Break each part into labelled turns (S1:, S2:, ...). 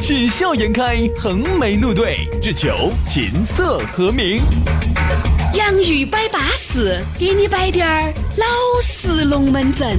S1: 喜笑颜开，横眉怒对，只求琴瑟和鸣。
S2: 洋芋摆巴士，给你摆点儿老式龙门阵。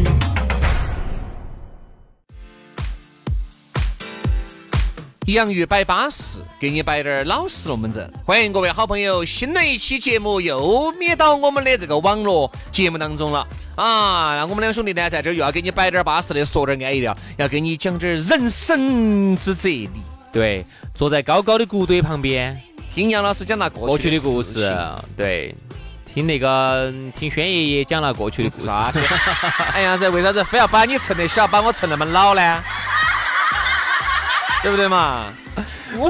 S3: 洋芋摆巴适，给你摆点儿老实龙门阵。欢迎各位好朋友，新的一期节目又灭到我们的这个网络节目当中了啊！那我们两兄弟呢，在这儿又要给你摆点儿巴适的，说点儿安逸的，要给你讲点儿人生之哲理。
S4: 对，坐在高高的谷堆旁边，
S3: 听杨老师讲那
S4: 过
S3: 过
S4: 去
S3: 去
S4: 的
S3: 的
S4: 故事
S3: 事情，
S4: 对，听那个听轩爷爷讲了过去的故
S5: 嗯
S4: 事，
S3: 啥去？ 哎呀，这为啥子非要把你衬得小，把我衬那么老呢？ 对不对嘛？我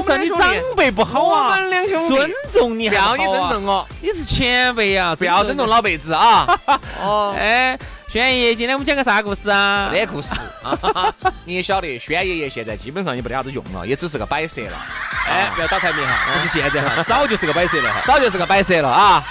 S4: 不是
S3: 们
S4: 你
S3: 两兄
S4: 长
S3: 弟，
S4: 辈不好啊，
S3: 我们两兄弟
S4: 尊重你
S3: 不
S4: 还好
S3: 要
S4: 啊，
S3: 你尊重我，
S4: 你是前辈
S5: 啊
S4: 呀，
S3: 不要尊重
S4: 老。
S3: 老辈子啊！ 哦。
S4: 哎，轩爷爷，今天我们讲个啥故事啊？
S3: 那故事 啊，你也晓得，轩爷爷现在基本上也没得啥子用了，也只是个摆设了，啊
S4: 哎，不要打台面哈，不是现在 哈，早就是个摆设了哈。
S3: 早就是个摆设了啊。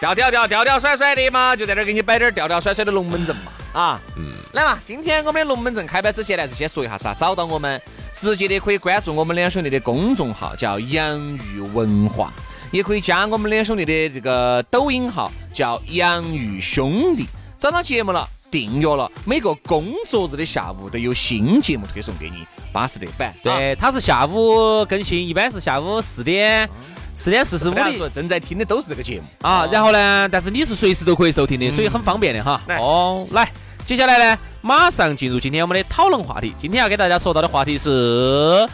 S3: 吊吊吊吊吊甩甩的嘛，就在这儿给你摆点儿吊吊甩甩的龙门阵嘛啊。嗯。来嘛，今天我们的龙门阵开摆之前呢，是先说一下咋找到我们，直接的可以关注我们两兄弟的公众号，叫洋芋文化。也可以加我们两兄弟的这个抖音号，叫“洋芋兄弟”。找到节目了，订阅了，每个工作日的下午都有新节目推送给你，巴适得板。啊
S4: 对，他是下午更新，一般是下午四点。四点四十
S3: 是
S4: 五
S3: 不是
S4: 的
S3: 说正在听的都是这个节目哦嗯
S4: 啊，然后呢，但是你是随时都可以收听的，所以很方便的哈。
S3: 来
S4: 哦，来，接下来呢，马上进入今天我们的讨论话题。今天要给大家说到的话题是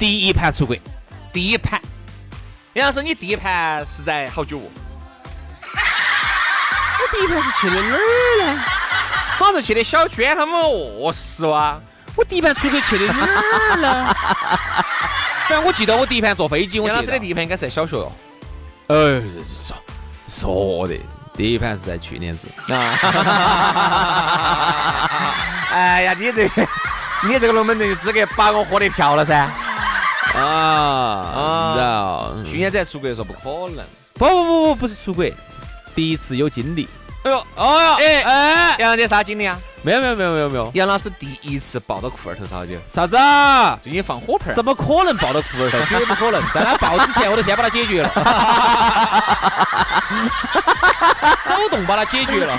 S4: 第一盘出轨，
S3: 第一盘，杨老师，你第一盘是在好久哦？
S4: 我第一盘是去了哪儿呢？
S3: 好像去的小娟他
S4: 哦
S3: 们卧室哇，
S4: 我第一盘出轨去的哪儿呢？ 反正我记得我第一盘坐飞机，我
S3: 杨老
S4: 记
S3: 师
S4: 得
S3: 的第。一盘应该是在小学哦。
S4: 呃，说说的，第一盘是在去年子。
S3: 哎呀，你这个你这个龙门阵的资格把我喝得跳了噻！
S4: 啊
S3: 啊
S4: 然后
S3: 去年子在出国的时候不可能。
S4: 不不不不不是出轨，第一次有经历。
S3: 哎呦，
S4: 哦
S3: 哎
S4: 哎，
S3: 杨老师啥经历啊？
S4: 没有没有没有没有没有，
S3: 杨老师第一次抱到裤儿头上就
S4: 啥子？啊？
S3: 最近放火盆儿
S4: 怎么可能抱到裤儿头？ 绝对不可能！在他抱之前，我都先把他解决了，手动把他解决了。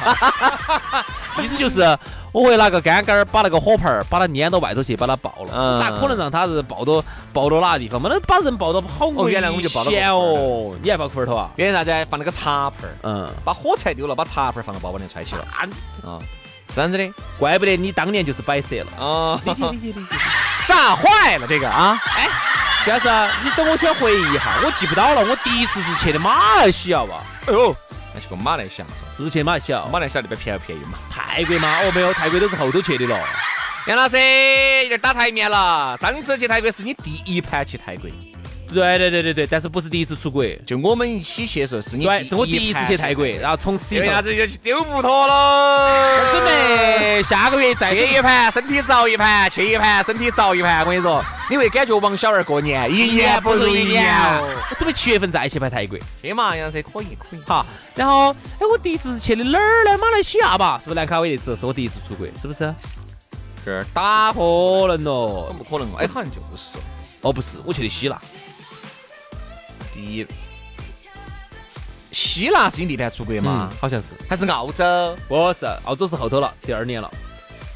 S4: 意思就是，我会拿个杆杆儿把那个火盆儿把它粘到外头去，把它爆了。
S3: 嗯
S4: 咋可能让他是抱到抱到哪个地方嘛？那把人抱到好
S3: 哦
S4: 危
S3: 原来我就抱到
S4: 险
S3: 裤儿
S4: 哦！你还抱裤儿头啊？
S3: 因为啥子？放了个茶盆儿，
S4: 嗯，
S3: 把火柴丢了，把茶盆儿放到包包里揣起了。啊，是这样子的。
S4: 怪不得你当年就是摆设了。
S3: 哦，理解理解理 解，吓坏了这个啊！
S4: 但是你等我先回忆一下，我记不到了。我第一次是去的马来西亚吧？
S3: 哎呦，那去过马来西亚，
S4: 是不是去马来西亚？
S3: 马来西亚那边便宜便宜嘛。
S4: 泰国嘛？哦，没有，泰国都是后头去的了。
S3: 杨老师有点打台面了，上次去泰国是你第一盘去泰国，
S4: 对对对对对，但是不是第一次出国？
S3: 就我们一起去的时候是你
S4: 对，是我第一次去泰国，
S3: 因
S4: 然后从此以
S3: 为啥
S4: 后
S3: 子就去丢不脱喽？
S4: 准备下个月再
S3: 去一盘，身体遭一盘；去一盘，身体遭一盘。我跟你说，你会感觉王小二过年一
S4: 啊
S3: 年不如一年哦。
S4: 我准备七月份再去拍泰国。
S3: 去嘛，杨老师可以可以。
S4: 好，然后哎，我第一次是去的哪儿呢？马来西亚吧，是不是兰卡威那次是我第一次出国，是不
S3: 啊
S4: 是？
S3: 这打
S4: 可能哦
S3: 不，可能哦？哎，好像就是
S4: 哦不是，我去的希腊。
S3: 第一。希腊是你第一盘出国
S4: 嗯
S3: 吗？，
S4: 好像是，
S3: 还是澳洲？
S4: 不是，澳哦洲是后头了，第二年了。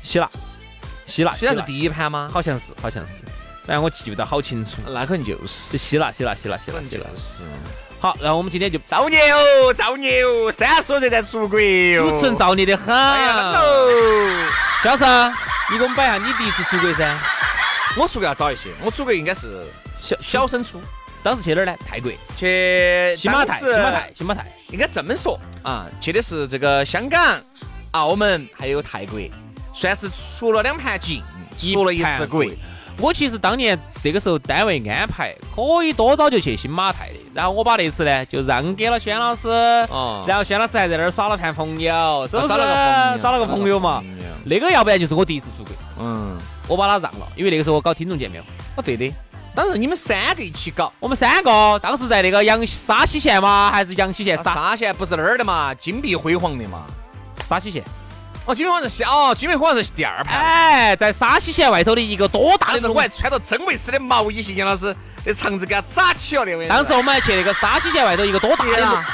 S4: 希腊，希腊，
S3: 希腊是第一盘吗？
S4: 好像是，好像是，反正我记不得好清楚。
S3: 那可能就
S4: 这
S3: 是，
S4: 希腊，希腊，希腊，希
S3: 可
S4: 腊，
S3: 能
S4: 希
S3: 就
S4: 腊。
S3: 是。
S4: 好，然后我们今天就
S3: 造孽哦，造孽哦，三十多岁才出国哟。
S4: 主持人造孽的很。
S3: 哎呀，哦，
S4: 徐老师，你给我们摆一下你第一次出国噻？
S3: 我出国要早一些，我出国应该是
S4: 小
S3: 小，升初，
S4: 当时去哪儿呢？泰国，
S3: 去
S4: 新马泰，
S3: 当时
S4: 新马泰，新马泰。
S3: 应该这么说啊，去的是这个香港、嗯澳门还有泰国，算是出了两盘境，出了一次
S4: 盘
S3: 国
S4: 国。我其实当年那个时候单位安排可以多早就去新马泰的，然后我把那次呢就让给了轩老师，
S3: 哦啊
S4: 然后轩老师还在那儿耍了盘朋友，是不是？
S3: 找了个朋友
S4: 啊找了个朋友嘛。那个要不然就是我第一次出轨，
S3: 嗯，
S4: 我把他让了，因为那个时候我搞听众见面会，
S3: 哦对的，当时你们三个一起搞。
S4: 我们三个当时在那个阳沙溪县嘛，还是阳溪县
S3: 那
S4: 沙
S3: 沙县不是那儿的嘛，金碧辉煌的嘛。
S4: 啊沙溪县？
S3: 哦，金碧辉煌是下哦，金碧辉煌是第二排。
S4: 哎，在沙溪县外头的一哎个多大
S3: 当
S4: 的
S3: 时
S4: 农
S3: 我还穿着真维斯的毛衣去，杨老师那肠子给他扎起了的。我跟你说
S4: 当时我们还去那个沙溪县外头一个多大的
S3: 对
S4: 农
S3: 啊，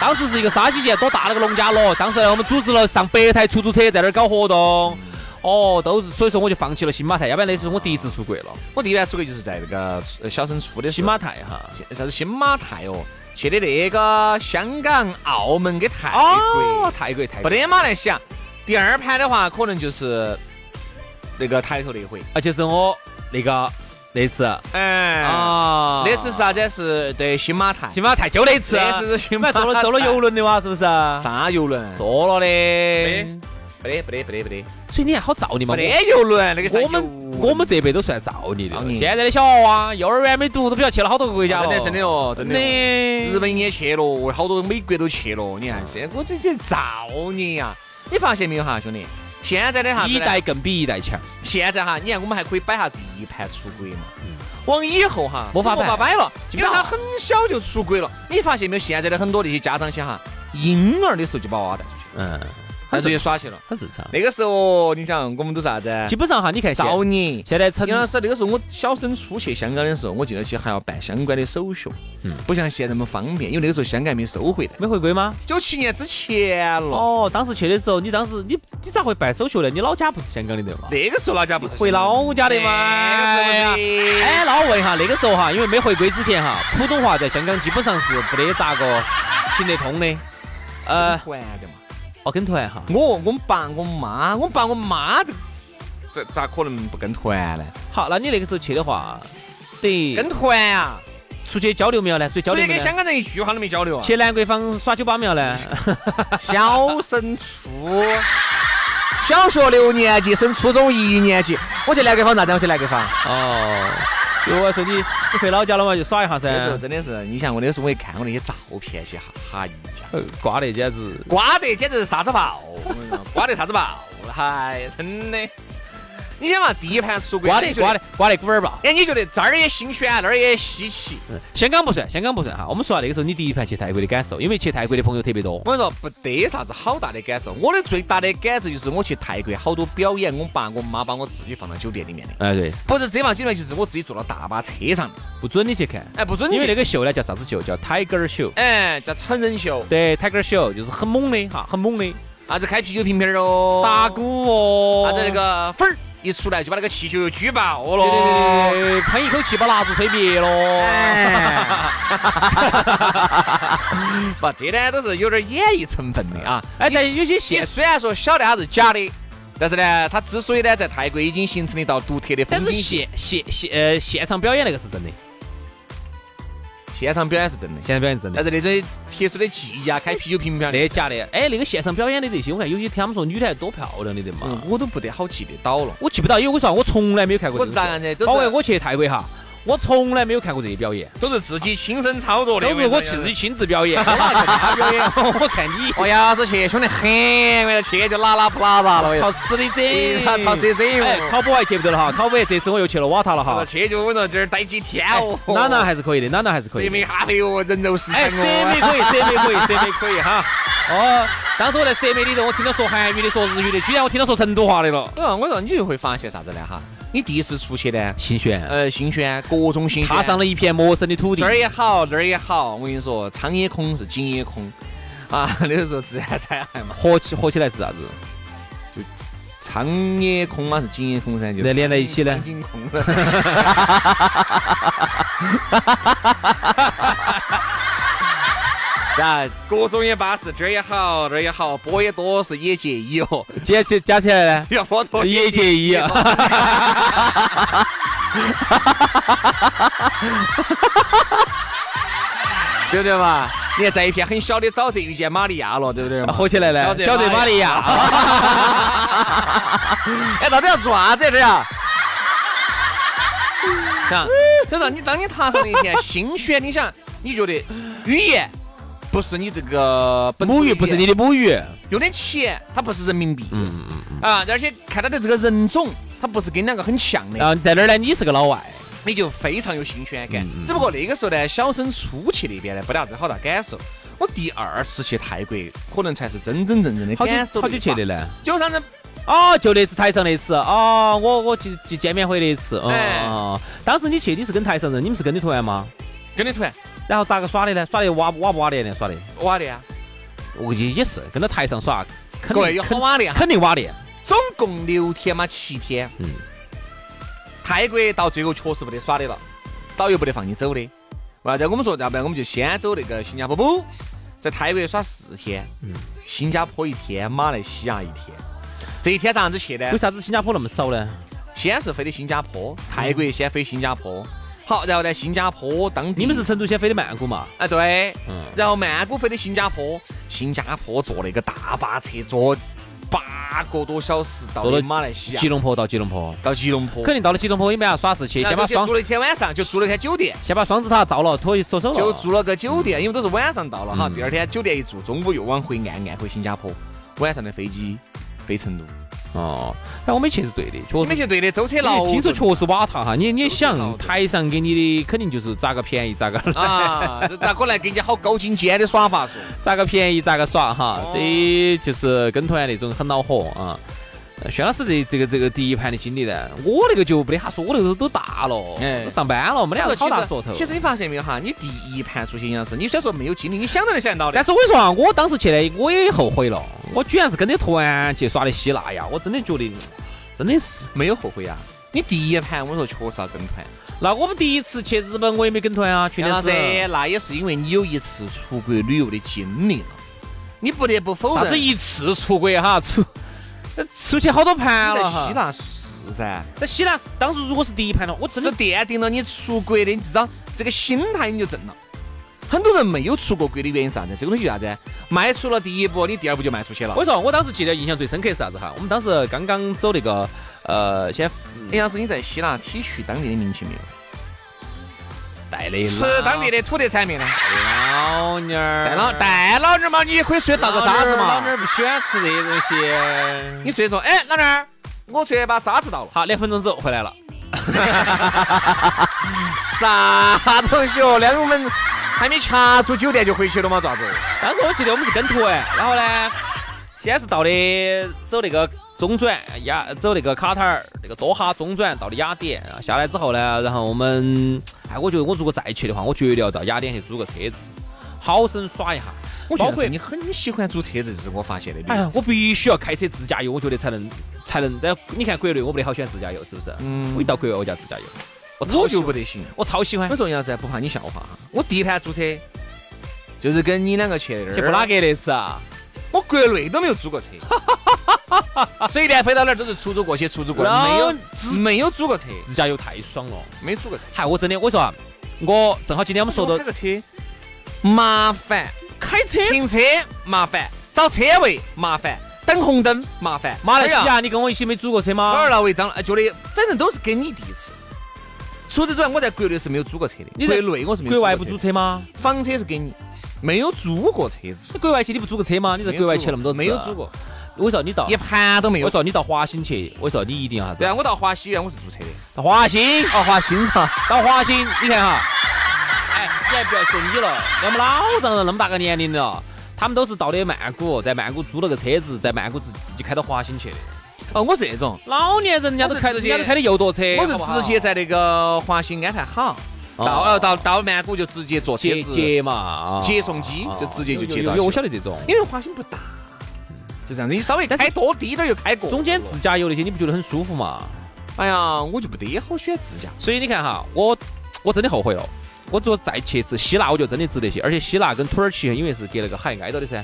S4: 当时是一个沙溪县多大那个农家乐，当时呢我们组织了上百台出租车在那儿搞活动，哦，都是所以说我就放弃了新马泰，要不然那是我第一次出国了。
S3: 我第一盘出轨就是在那个呃小升初的时
S4: 新
S3: 候，
S4: 马泰哈，
S3: 啥子新马泰哦，去的那个香港、澳门跟泰
S4: 哦
S3: 国，，
S4: 泰国泰
S3: 不
S4: 国，
S3: 得马来西亚。第二盘的话，可能就是那个抬头那回，
S4: 啊就是我那个那次
S3: 哎，
S4: 啊，
S3: 那次是啥子？是对新马泰，
S4: 新马泰就那一次，
S3: 那次是新马
S4: 反
S3: 泰
S4: 正坐了坐了游轮的哇， 是不是？
S3: 啥游轮？
S4: 坐了的
S3: 没，不得不得不得不得，
S4: 所以你看好造孽嘛
S3: 没。得游轮那个啥
S4: 我
S3: 游
S4: 们
S3: 轮
S4: 我们这辈都算造孽的
S3: 造
S4: 了，
S3: 孽
S4: 现在的小娃娃幼儿园没读，都不晓得去了好多个国家
S3: 真
S4: 了。
S3: 的真的哦，真的哦。日
S4: 日
S3: 本也去了，我好多美国都去了。你看，现在我这些造孽呀！你发现没有哈，兄弟？现在的哈，
S4: 一代更比一代强，
S3: 现在哈，你看我们还可以摆下第一盘出轨嘛。往以后哈，
S4: 嗯没法
S3: 没法
S4: 摆
S3: 摆了，
S4: 基
S3: 因
S4: 本
S3: 为
S4: 上
S3: 他很小就出轨了。你发现没有？现在的很多那些家长些哈，婴儿的时候就把娃娃带出去，
S4: 嗯，
S3: 带出去耍去了。
S4: 很啊正常。
S3: 那个时候，你想我们都啥子？
S4: 基本上哈，你看现
S3: 造孽。
S4: 现在成
S3: 杨老师，那个时候我小升初去香港的时候，我记得起还要办相关的手续，
S4: 嗯
S3: 不像现在那么方便，因为那个时候香港还没收回来，
S4: 没回归吗？
S3: 九七年之前了。
S4: 哦，当时去的时候，你当时你你咋会办手续呢？你老家不是香港的对吗？
S3: 那个时候老家不是
S4: 回老家的吗？
S3: 那个是不是？
S4: 哎，那我问一下，那个时候哈，因为没回归之前哈，普通话在香港基本上是不得咋个行得通的。呃，
S3: 还的嘛。
S4: 哦，跟团哈，
S3: 我我们爸我妈，我爸我妈都这咋可能不跟团呢？
S4: 好，那你那个时候去的话，等于
S3: 跟团啊，
S4: 出去交流没有呢？出去交
S3: 所
S4: 流
S3: 以
S4: 没
S3: 跟
S4: 有
S3: 香
S4: 呢？
S3: 港人一句话都没交流啊。
S4: 去南国坊耍酒吧没有呢？
S3: 小升初，小学六年级升初中一年级，我去南桂坊咋子？我去南桂坊。
S4: 哦，有我说你你回老家了嘛，就耍一下噻
S3: 那时。候真的是，你像我那个时候我一看我那些照片些哈，哎呀，
S4: 呃挂的简直。
S3: 刮得简直是啥子 爆，我跟你说刮得啥子爆，嗨，真的是。你想嘛，第一盘出轨，
S4: 刮的刮的，刮的鼓儿吧。
S3: 哎，你觉得这儿也新鲜，那儿也稀奇。
S4: 香港不算，香港不算哈。我们说下那个时候你第一盘去泰国的感受，因为去泰国的朋友特别多
S3: 我。跟你说，不得啥子好大的感受。我的最大的感受就是我去泰国好多表演，我爸我妈把我自己放到酒店里面的，
S4: 哎，对，
S3: 不是这房酒店，就是我自己坐到大巴车上的。
S4: 不准你去看，
S3: 哎，不准
S4: 因为
S3: 去
S4: 那个秀呢叫啥子秀？叫 Tiger Show。
S3: 哎叫成人秀，
S4: 对，Tiger Show 就是很猛的哈，很猛的，
S3: 啥子开啤酒瓶瓶儿哦，
S4: 打鼓哦，
S3: 啥子那个粉儿一出来就把那个气球举爆了。
S4: 对。对
S3: 哦
S4: 对对，喷一口气把蜡烛吹灭哦
S3: 哎
S4: 了。
S3: 不，这呢都是有点演绎成分的啊。
S4: 哎，但有些
S3: 你
S4: 现，
S3: 虽然说晓得它是假的，但是呢，它之所以呢在泰国已经形成了一道独特的
S4: 但
S3: 风
S4: 是
S3: 景线。
S4: 现现现呃现场表演那个是真的，
S3: 现场表演是真的，
S4: 现场表演是真的
S3: 但。是那种特殊的技艺啊，开啤酒瓶瓶儿
S4: 那
S3: 的，
S4: 些假的，哎，那个现场表演的那些，我看有些听他们说女的还多漂亮的的嘛，
S3: 嗯我都不得好记得到了。
S4: 我记不到，因为我说我从来没有看过
S3: 我
S4: 这
S3: 是
S4: 种
S3: 咋
S4: 秀。
S3: 样的？都
S4: 包括
S3: 是
S4: 我去泰国哈，我从来没有看过这些表演，
S3: 都是自己亲身操作的，
S4: 都是我
S3: 跟你
S4: 自
S3: 说
S4: 己。亲自表演，我哪看他表演， 我看 你，
S3: 我要是去，兄弟很，我要去就拉拉不拉拉了，我跟你
S4: 操
S3: 说
S4: 死你这，
S3: 哎操死你这
S4: 哎，考博还去不得了哈，考博这次我又去了瓦塔了哈，
S3: 去就我说这儿待几天哦。
S4: 娜娜还是可以的，娜娜还是可以
S3: 这
S4: 的
S3: 没。咖啡哦，人肉市场
S4: 哎，
S3: 哦。
S4: 蛇妹可以，蛇妹可以，蛇妹可以哈。哦，当时我在蛇妹里头，我听到说韩语的，说日语的，居然我听到说成都话的了。
S3: 我说，我说你就会发现啥子呢？哈，你第一次出去呢，
S4: 心璇，
S3: 呃，新鲜，各种新鲜，
S4: 踏上了一片陌生的土地
S3: 这。儿也好，那儿也好。我跟你说，苍也空是井也空啊。 那个时候自然灾害嘛，
S4: 合起合起来是啥子？
S3: 苍也空嘛是井也空噻，就
S4: 那连在一起呢
S3: 苍井空 然后各种也巴适，这儿也好，那儿也好，波也多，是也介意哦，
S4: 加起加起来呢？
S3: 要波多
S4: 也介意啊。 哎
S3: 对不对嘛？你看，在一片很小的沼泽遇见玛利亚了，对不对嘛？
S4: 合起来呢？
S3: 哎小
S4: 小
S3: 泽
S4: 泽
S3: 玛
S4: 玛
S3: 利
S4: 利 亚。
S3: 啊 哎，到底要做啥子这儿啊？吧？所以说你当你踏上了一片新鲜，你想你觉得语言不是你这个本
S4: 母
S3: 土
S4: 语不是你的母语，
S3: 有点钱，它不是人民币，嗯嗯嗯，啊，而且看他的这个人种，他不是跟两个很像的，
S4: 然后在那儿呢，你是个老外，
S3: 你就非常有新鲜感。只不过那个时候呢，小升初去那边呢，不得啥子好大感受。我第二次去泰国，可能才是真真正正的
S4: 好久
S3: 感受
S4: 好久去的
S3: 了，
S4: 呢？
S3: 就啥子
S4: 哦，就那次台上那次，哦，我我去去见面会那一次，哦
S3: 哎
S4: 哦，当时你去你是跟台上人，你们是跟的团吗？
S3: 跟你团
S4: 然后咋个耍的呢？耍的瓦瓦不瓦裂呢？耍的，
S3: 瓦的呀，
S4: 我也也是跟到台上耍，肯
S3: 啊各位
S4: 定
S3: 有好
S4: 肯
S3: 瓦的呀，
S4: 肯定瓦裂。
S3: 总共六天嘛，七天。
S4: 嗯
S3: 泰国到最后确实没得耍的了，导游不得放你走的。完了，我们说，要不然我们就先走那个新加坡不，在泰国耍四天，
S4: 嗯
S3: 新加坡一天，马来西亚一天。这一天咋样子去呢
S4: 为？啥子新加坡那么少呢？
S3: 先是飞的新加坡，
S4: 嗯
S3: 泰国先飞新加坡。好，然后呢，新加坡当地
S4: 你们是成都先飞的曼谷嘛？
S3: 哎对，
S4: 嗯
S3: 然后曼谷飞的新加坡，新加坡坐那个大巴车坐八个多小时到
S4: 坐到
S3: 的马来西亚
S4: 吉，隆坡到吉隆坡，
S3: 到吉隆坡。
S4: 肯定到了吉隆坡也没啥耍事去，
S3: 然
S4: 先把
S3: 后啊就去
S4: 双
S3: 住了一天晚上，就住了一天酒店，
S4: 先把双子塔造了，脱一脱手了，
S3: 就住了个酒店，因为都是晚上到了哈。第二天酒店一住，中午又往回按按回新加坡，晚上的飞机飞成都。
S4: 哦，哎，我没去是对的，确
S3: 你
S4: 实
S3: 们。去对的，舟车劳
S4: 你
S3: 顿。
S4: 听说确实瓦塔哈，你你也
S3: 都是老
S4: 想
S3: 的
S4: 台上给你的肯定就是咋个便宜咋个
S3: 啊，这咋个来给人家好高精尖的耍 法说？
S4: 咋个便宜咋个耍哈，
S3: 哦
S4: 所以就是跟团那种很恼火啊。呃轩老师这这个这个第一盘的经历呢，我那个就没得哈说，我那个时候都大了，
S3: 哎
S4: 都上班了，没得啥
S3: 说
S4: 子好大
S3: 其
S4: 说头
S3: 实。其实你发现没有哈，你第一盘出去杨是，你虽然说没有经历，你想都能想到的
S4: 但。是我跟你说啊，我当时去呢，我也后悔了，我居然是跟着团去耍的希腊呀，我真的觉得真的是。
S3: 没有后悔啊呀、你第一盘我说确实要跟团，
S4: 那我们第一次去日本，我也没跟团啊，去
S3: 杨老
S4: 年
S3: 师
S4: 子，
S3: 那也是因为你有一次出国旅游的经历了，你不得不否
S4: 啥
S3: 认。
S4: 子一次出国哈，出出去好多盘
S3: 你
S4: 了
S3: 在
S4: 哈
S3: 希。腊是噻，
S4: 在希腊当时如果是第一盘的话，我真
S3: 是
S4: 的
S3: 奠定了你出国的你至少这个心态你就正了。很多人没有出过国的原因是啥子？这个东西叫啥子？迈出了第一步，你第二步就迈出去了
S4: 我。跟你说，我当时记得印象最深刻是啥子哈？我们当时刚刚走那个呃，先
S3: 杨老师，你在希腊体恤当地的民情没有？
S4: 带的
S3: 吃当地的土特产品呢？啊
S4: 老妞儿，
S3: 带老带老娘嘛，你也可以随倒个渣子
S4: 哎老
S3: 嘛
S4: 妞。儿不喜欢吃这些东西。
S3: 你随说，哎，老娘儿，我昨天把渣子倒了。
S4: 好，两分钟之后回来了，
S3: 啥东西哦？那我们还没掐出酒店就回去了吗？咋子？
S4: 当时我记得我们是跟团，然后呢，先是到的走那个中转雅，走那个卡塔尔那个多哈中转到的雅典，然后下来之后呢，然后我们，哎，我觉得我如果再去的话，我绝对要到雅典去租个车子，好生耍一下。包括
S3: 你很喜欢租车子，这是我发现的。
S4: 哎呀，我必须要开车自驾游，我觉得才能才能。在你看国内，我不得好喜欢自驾游，是不是？
S3: 嗯
S4: 我一到国外我就要自驾游，我超
S3: 我
S4: 喜
S3: 就
S4: 欢，哎
S3: 不得行。
S4: 我超喜欢
S3: 我。说杨噻，不怕你笑话哈。我第一盘租车就是跟你两个去那儿，
S4: 去布拉格那次啊，
S3: 我国内都没有 租过车，所以呢，飞到哪儿都是出租过去，出租过来，没
S4: 老
S3: 有没有租过车，
S4: 自驾游太爽了。
S3: 没租过车。
S4: 嗨，我真的，我说啊，我正好今天我们说
S3: 我
S4: 到
S3: 开个车麻烦，
S4: 开车
S3: 停车麻烦，找车位麻烦，等红灯麻烦，
S4: 马来西
S3: 哎呀
S4: 亚，你跟我一起没租过车
S3: 哪
S4: 吗
S3: 儿？闹违章了？哎觉得反正都是给你第一次。除此之外，我在国内是没有租过车的，
S4: 你
S3: 国
S4: 在
S3: 内我是没有
S4: 国外不
S3: 过
S4: 租
S3: 车的，
S4: 车吗？
S3: 房车是给你，没有租过车子。
S4: 你国外去你不租个车吗？你在国外去那么多次，啊
S3: 没有租。过，
S4: 我说你到
S3: 一，盘都没有啊
S4: 我。说你到华兴去，我说你一定要啥子
S3: 然？后我到华西苑，我是租车的。
S4: 到华兴，
S3: 哦，华新上，
S4: 到华兴，你看哈，哎，你还不要说你了，要么老丈人那么大个年龄了，他们都是到的曼谷，在曼谷租了个车子，在曼谷自自己开到华兴去的。
S3: 哦，我是这种，
S4: 老年人人家都开，
S3: 我是
S4: 人
S3: 直
S4: 家
S3: 接
S4: 都开的右舵车，
S3: 我是
S4: 好不好
S3: 直接在那个华新安泰好，
S4: 哦
S3: 到呃到到曼谷就直接坐车
S4: 接
S3: 子，
S4: 接嘛，啊
S3: 接送机就直接就接
S4: 有
S3: 到
S4: 有有我晓得这种，
S3: 因为华新不大，就这样子，你稍微开多低点儿就开过。
S4: 中间自驾游那些你不觉得很舒服嘛？
S3: 哎呀，我就不得好喜欢自驾。
S4: 所以你看哈，我我真的后悔了。我如果再去一次希腊，我就真的值得去。而且希腊跟土耳其因为是隔那个海哎挨到的噻，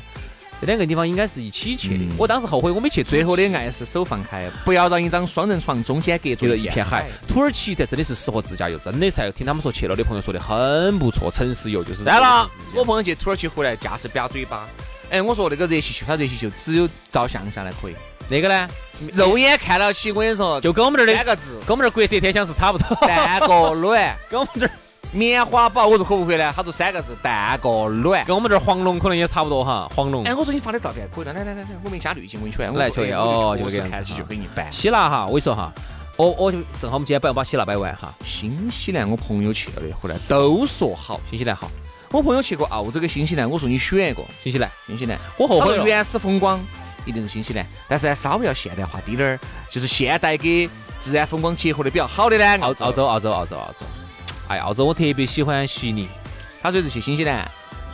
S4: 这两个地方应该是一起去的。我当时后悔我没去土耳其，
S3: 嗯最后的爱是手放开，不要让一张双人床中间隔
S4: 觉
S3: 着
S4: 得一片
S3: 哎
S4: 海。土耳其才真的是适合自驾游，真的才听他们说去了的朋友说的很不错，城市游就是。
S3: 当然了，我朋友去土耳其回来，驾驶不要嘴巴。哎，我说那个热气球，他热气球只有照相下来可以，
S4: 那个呢，
S3: 肉眼看到起，我跟你说，
S4: 就跟我们这儿
S3: 三
S4: 的，
S3: 个字：
S4: 跟我们这儿国色天香是差不多。
S3: 蛋壳卵。
S4: 跟我们这儿，
S3: 棉花堡，我说可不可以呢？他说三个字：蛋壳卵。
S4: 跟我们这儿黄龙可能也差不多哈，黄龙。
S3: 哎，我说你发的照片可以的，来来来来，我们加滤镜，我给哎你圈。
S4: 来
S3: 确
S4: 确
S3: 认
S4: 认哦
S3: 就
S4: 就这
S3: 是
S4: 个样子
S3: 看起就给你摆。
S4: 希腊哈，我跟你说哈，我我就正好我们今天摆把希腊摆完哈，
S3: 新西兰我朋友去了的，回来都说好。
S4: 新西兰好，
S3: 我朋友去过澳洲跟新西兰，我说你选一个
S4: 新西兰，
S3: 新西兰。
S4: 我后
S3: 他
S4: 悔
S3: 说
S4: 了。
S3: 原始风光一定是新西兰，但是呢，稍微要现代化滴点儿，就是现代跟自然风光结合的比较好的呢。
S4: 澳澳洲，澳洲，澳洲，澳洲。哎，澳洲我特别喜欢悉尼。
S3: 他说是去新西兰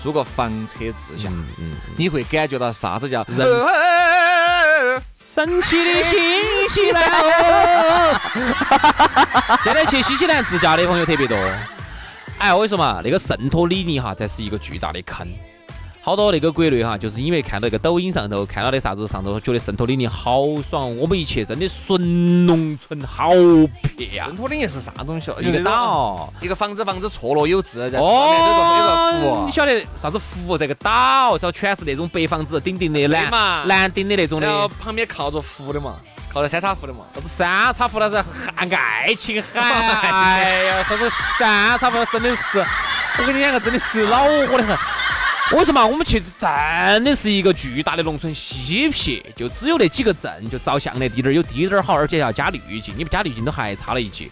S3: 租个房车自驾，
S4: 嗯嗯。
S3: 你会感觉到啥子叫哎人哎
S4: 神奇的新西兰哦！ 现在去新西兰自驾的朋友特别多。哎，我跟你说嘛，那个圣托里尼哈，这是一个巨大的坑。好多那个国内哈，就是因为看到一个抖音上头看到的啥子上头，觉得圣托里尼好爽，我们一去真的纯农村好撇呀、
S3: 圣托里尼是啥东西哦？
S4: 一个岛。
S3: 一个房子，房子错落有致，然后旁
S4: 哦，
S3: 边有个有个
S4: 你
S3: 湖，
S4: 晓得啥子湖？这个岛，然后全是那种白房子，顶顶的
S3: 对
S4: 蓝
S3: 嘛哦
S4: 蓝顶的那种的。
S3: 然后旁边靠着湖的嘛，靠着三叉湖的嘛。
S4: 啥子三叉湖那是爱情海，哎呀，啥子三叉湖真的是，我跟你两个真的是恼火的很。我说嘛，我们去真的是一个巨大的农村西撇，就只有那几个镇，就照相那地点儿有地点儿好，而且要加滤镜，你不加滤镜都还差了一截。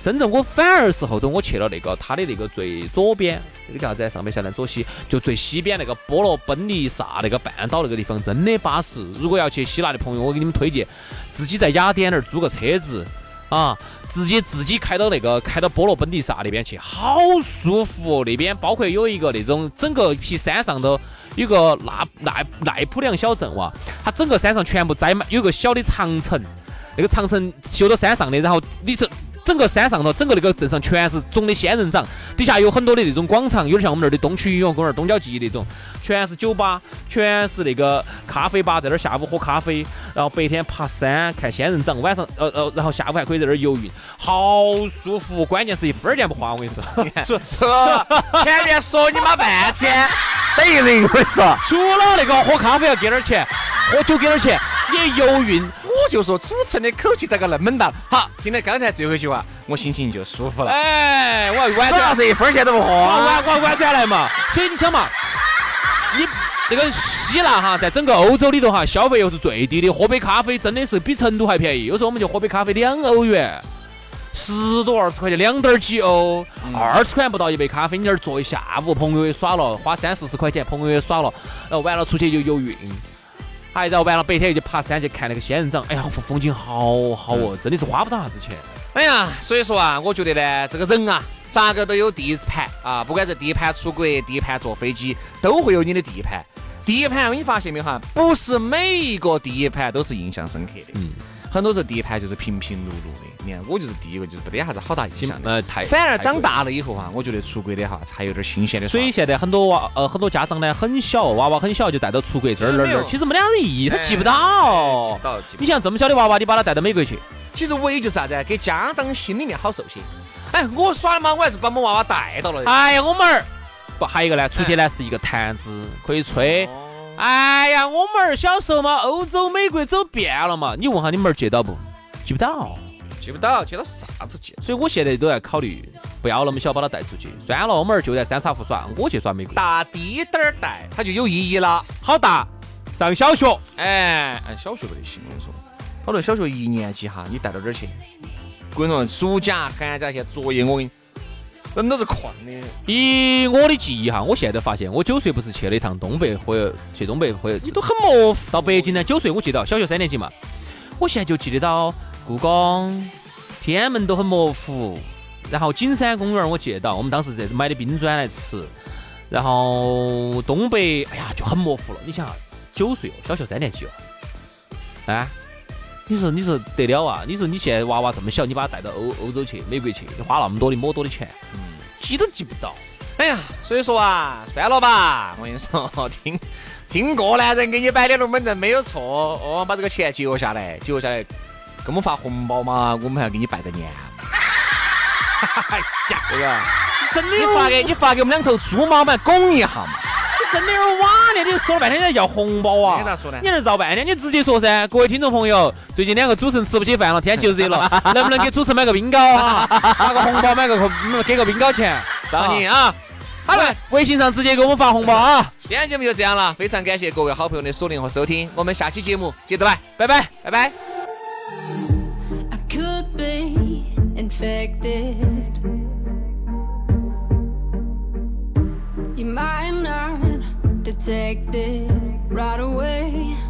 S4: 真正我反而是后头我去了那个它的那个最左边，那个叫啥子？上面下南左西，就最西边那个波罗奔尼撒那个半岛那个地方真的巴适。如果要去希腊的朋友，我给你们推荐，自己在雅典那儿租个车子啊，直接自己开到那个开到波罗奔尼撒那边去，好舒服。那边包括有一个那种整个一批山上头有个纳奈奈普良小镇哇，它整个山上全部栽满有个小的长城，那个长城修到山上的，然后里头。整个山上头，整个那个镇上全是种的仙人掌，底下有很多的那种广场，有点像我们那儿的东区音乐公园、东郊记忆那种，全是酒吧，全是那个咖啡吧，在那儿下午喝咖啡，然后白天爬山看仙人掌，晚上呃呃，然后下午还可以在那儿游泳，好舒服。关键是一分儿钱不花，我跟你说，除
S3: 哦前面说你妈半天，等于零，我跟你说。
S4: 除了那个喝咖啡要给点儿钱，喝酒给点儿钱，你游泳。
S3: 我就说主持人的口气咋个那么大？好，听了刚才最后一句话， 我心情就舒服了。
S4: 哎，我完
S3: 主
S4: 全
S3: 要是啊一分钱都不
S4: 我
S3: 花。
S4: 完我完全来嘛。所以你想嘛，你那个希腊哈，在整个欧洲里头哈，消费又是最低的，喝杯咖啡真的是比成都还便宜。有时候我们就喝杯咖啡两欧元，十多二十块钱，两点儿几欧，二十块钱不到一杯咖啡，你在那儿坐一下午，朋友也耍了，花三四十块钱，朋友也耍了，然后完了出去就游泳。哎，然后完了，白天又去爬山去看那个仙人掌，哎呀，风景好好哦，真的是花不到啥子钱。
S3: 哎呀，所以说啊，我觉得呢，这个人啊，咋个都有地盘啊，不管是地盘出国、地盘坐飞机，都会有你的地盘。地盘，你发现没有哈？不是每一个地盘都是印象深刻的。嗯。很多时候地盘就是平平碌碌的，你看我就是第一个，就是没得啥子好大印象的。
S4: 呃，太
S3: 反而
S4: 太
S3: 长大了以后哈、我觉得出国的哈才有点新鲜的
S4: 所
S3: 耍法。
S4: 以现在很多娃呃很多家长呢很小，娃娃很小就带到出国这儿那儿那儿，其实没两人意义，
S3: 哎
S4: 他记不到。你像这么小的娃娃，你把他带到美国去，
S3: 其实唯一就是啥子，啊给家长心里面好受些。哎，我耍的嘛，我还是把我们娃娃带到了。
S4: 哎呀我们儿不还有一个呢，出去呢是一个谈资，可以吹。哎呀，我们儿小时候嘛，欧洲、美国走遍了嘛，你问下你们儿记到不？记不到。
S3: 记不到，记到啥子记？
S4: 所以我现在都在考虑，不要那么小把他带出去。算了，我们儿就在三岔湖耍，我去耍美国。
S3: 大滴点儿带，它就有意义了。
S4: 好大，上小学。
S3: 哎，哎，小学不得行，我跟你说，好多小学一年级哈，你带到这儿去，我跟你说，暑假、寒假些作业，我跟你，人都是困的。
S4: 以我的记忆哈，我现在发现，我九岁不是去了一趟东北，或者去东北或者
S3: 你都很模糊。
S4: 到北京呢。九岁我记得小学三年级嘛，我现在就记得到故宫、天安门都很模糊，然后景山公园我记得到，我们当时在买的冰砖来吃，然后东北，哎呀就很模糊了。你想啊，九岁哦，小学三年级哦，啊。你说，你说得了啊！你说你现在娃娃这么小，你把他带到欧欧洲去、美国去，你花那么多的、么多的钱，记都记不到。
S3: 哎呀，所以说啊，算了吧，我跟你说， 听听过来人给你摆的龙门阵没有错，哦，把这个钱节约下来，节约下来，给我们发红包嘛，我们还要给你拜个年。 哎呀，对不对？真的发给你发给我们两头猪嘛，我们还拱一下嘛。
S4: 真的有点瓦呢，你就说了半天人家要红包啊，
S3: 你咋说呢
S4: 你在这绕半天，你直接说噻。各位听众朋友，最近两个主持人吃不起饭了，天气又热了，能不能给主持人买个冰糕啊？拿个红包买个嗯给个冰糕钱，
S3: 张
S4: 啊
S3: 宁啊，
S4: 好了，微信上直接给我们发红包啊！
S3: 今天节目就这样了，非常感谢各位好朋友的锁定和收听，我们下期节目接着来，
S4: 拜拜。
S3: 拜拜。
S6: I could be infected. You might not detect it right away.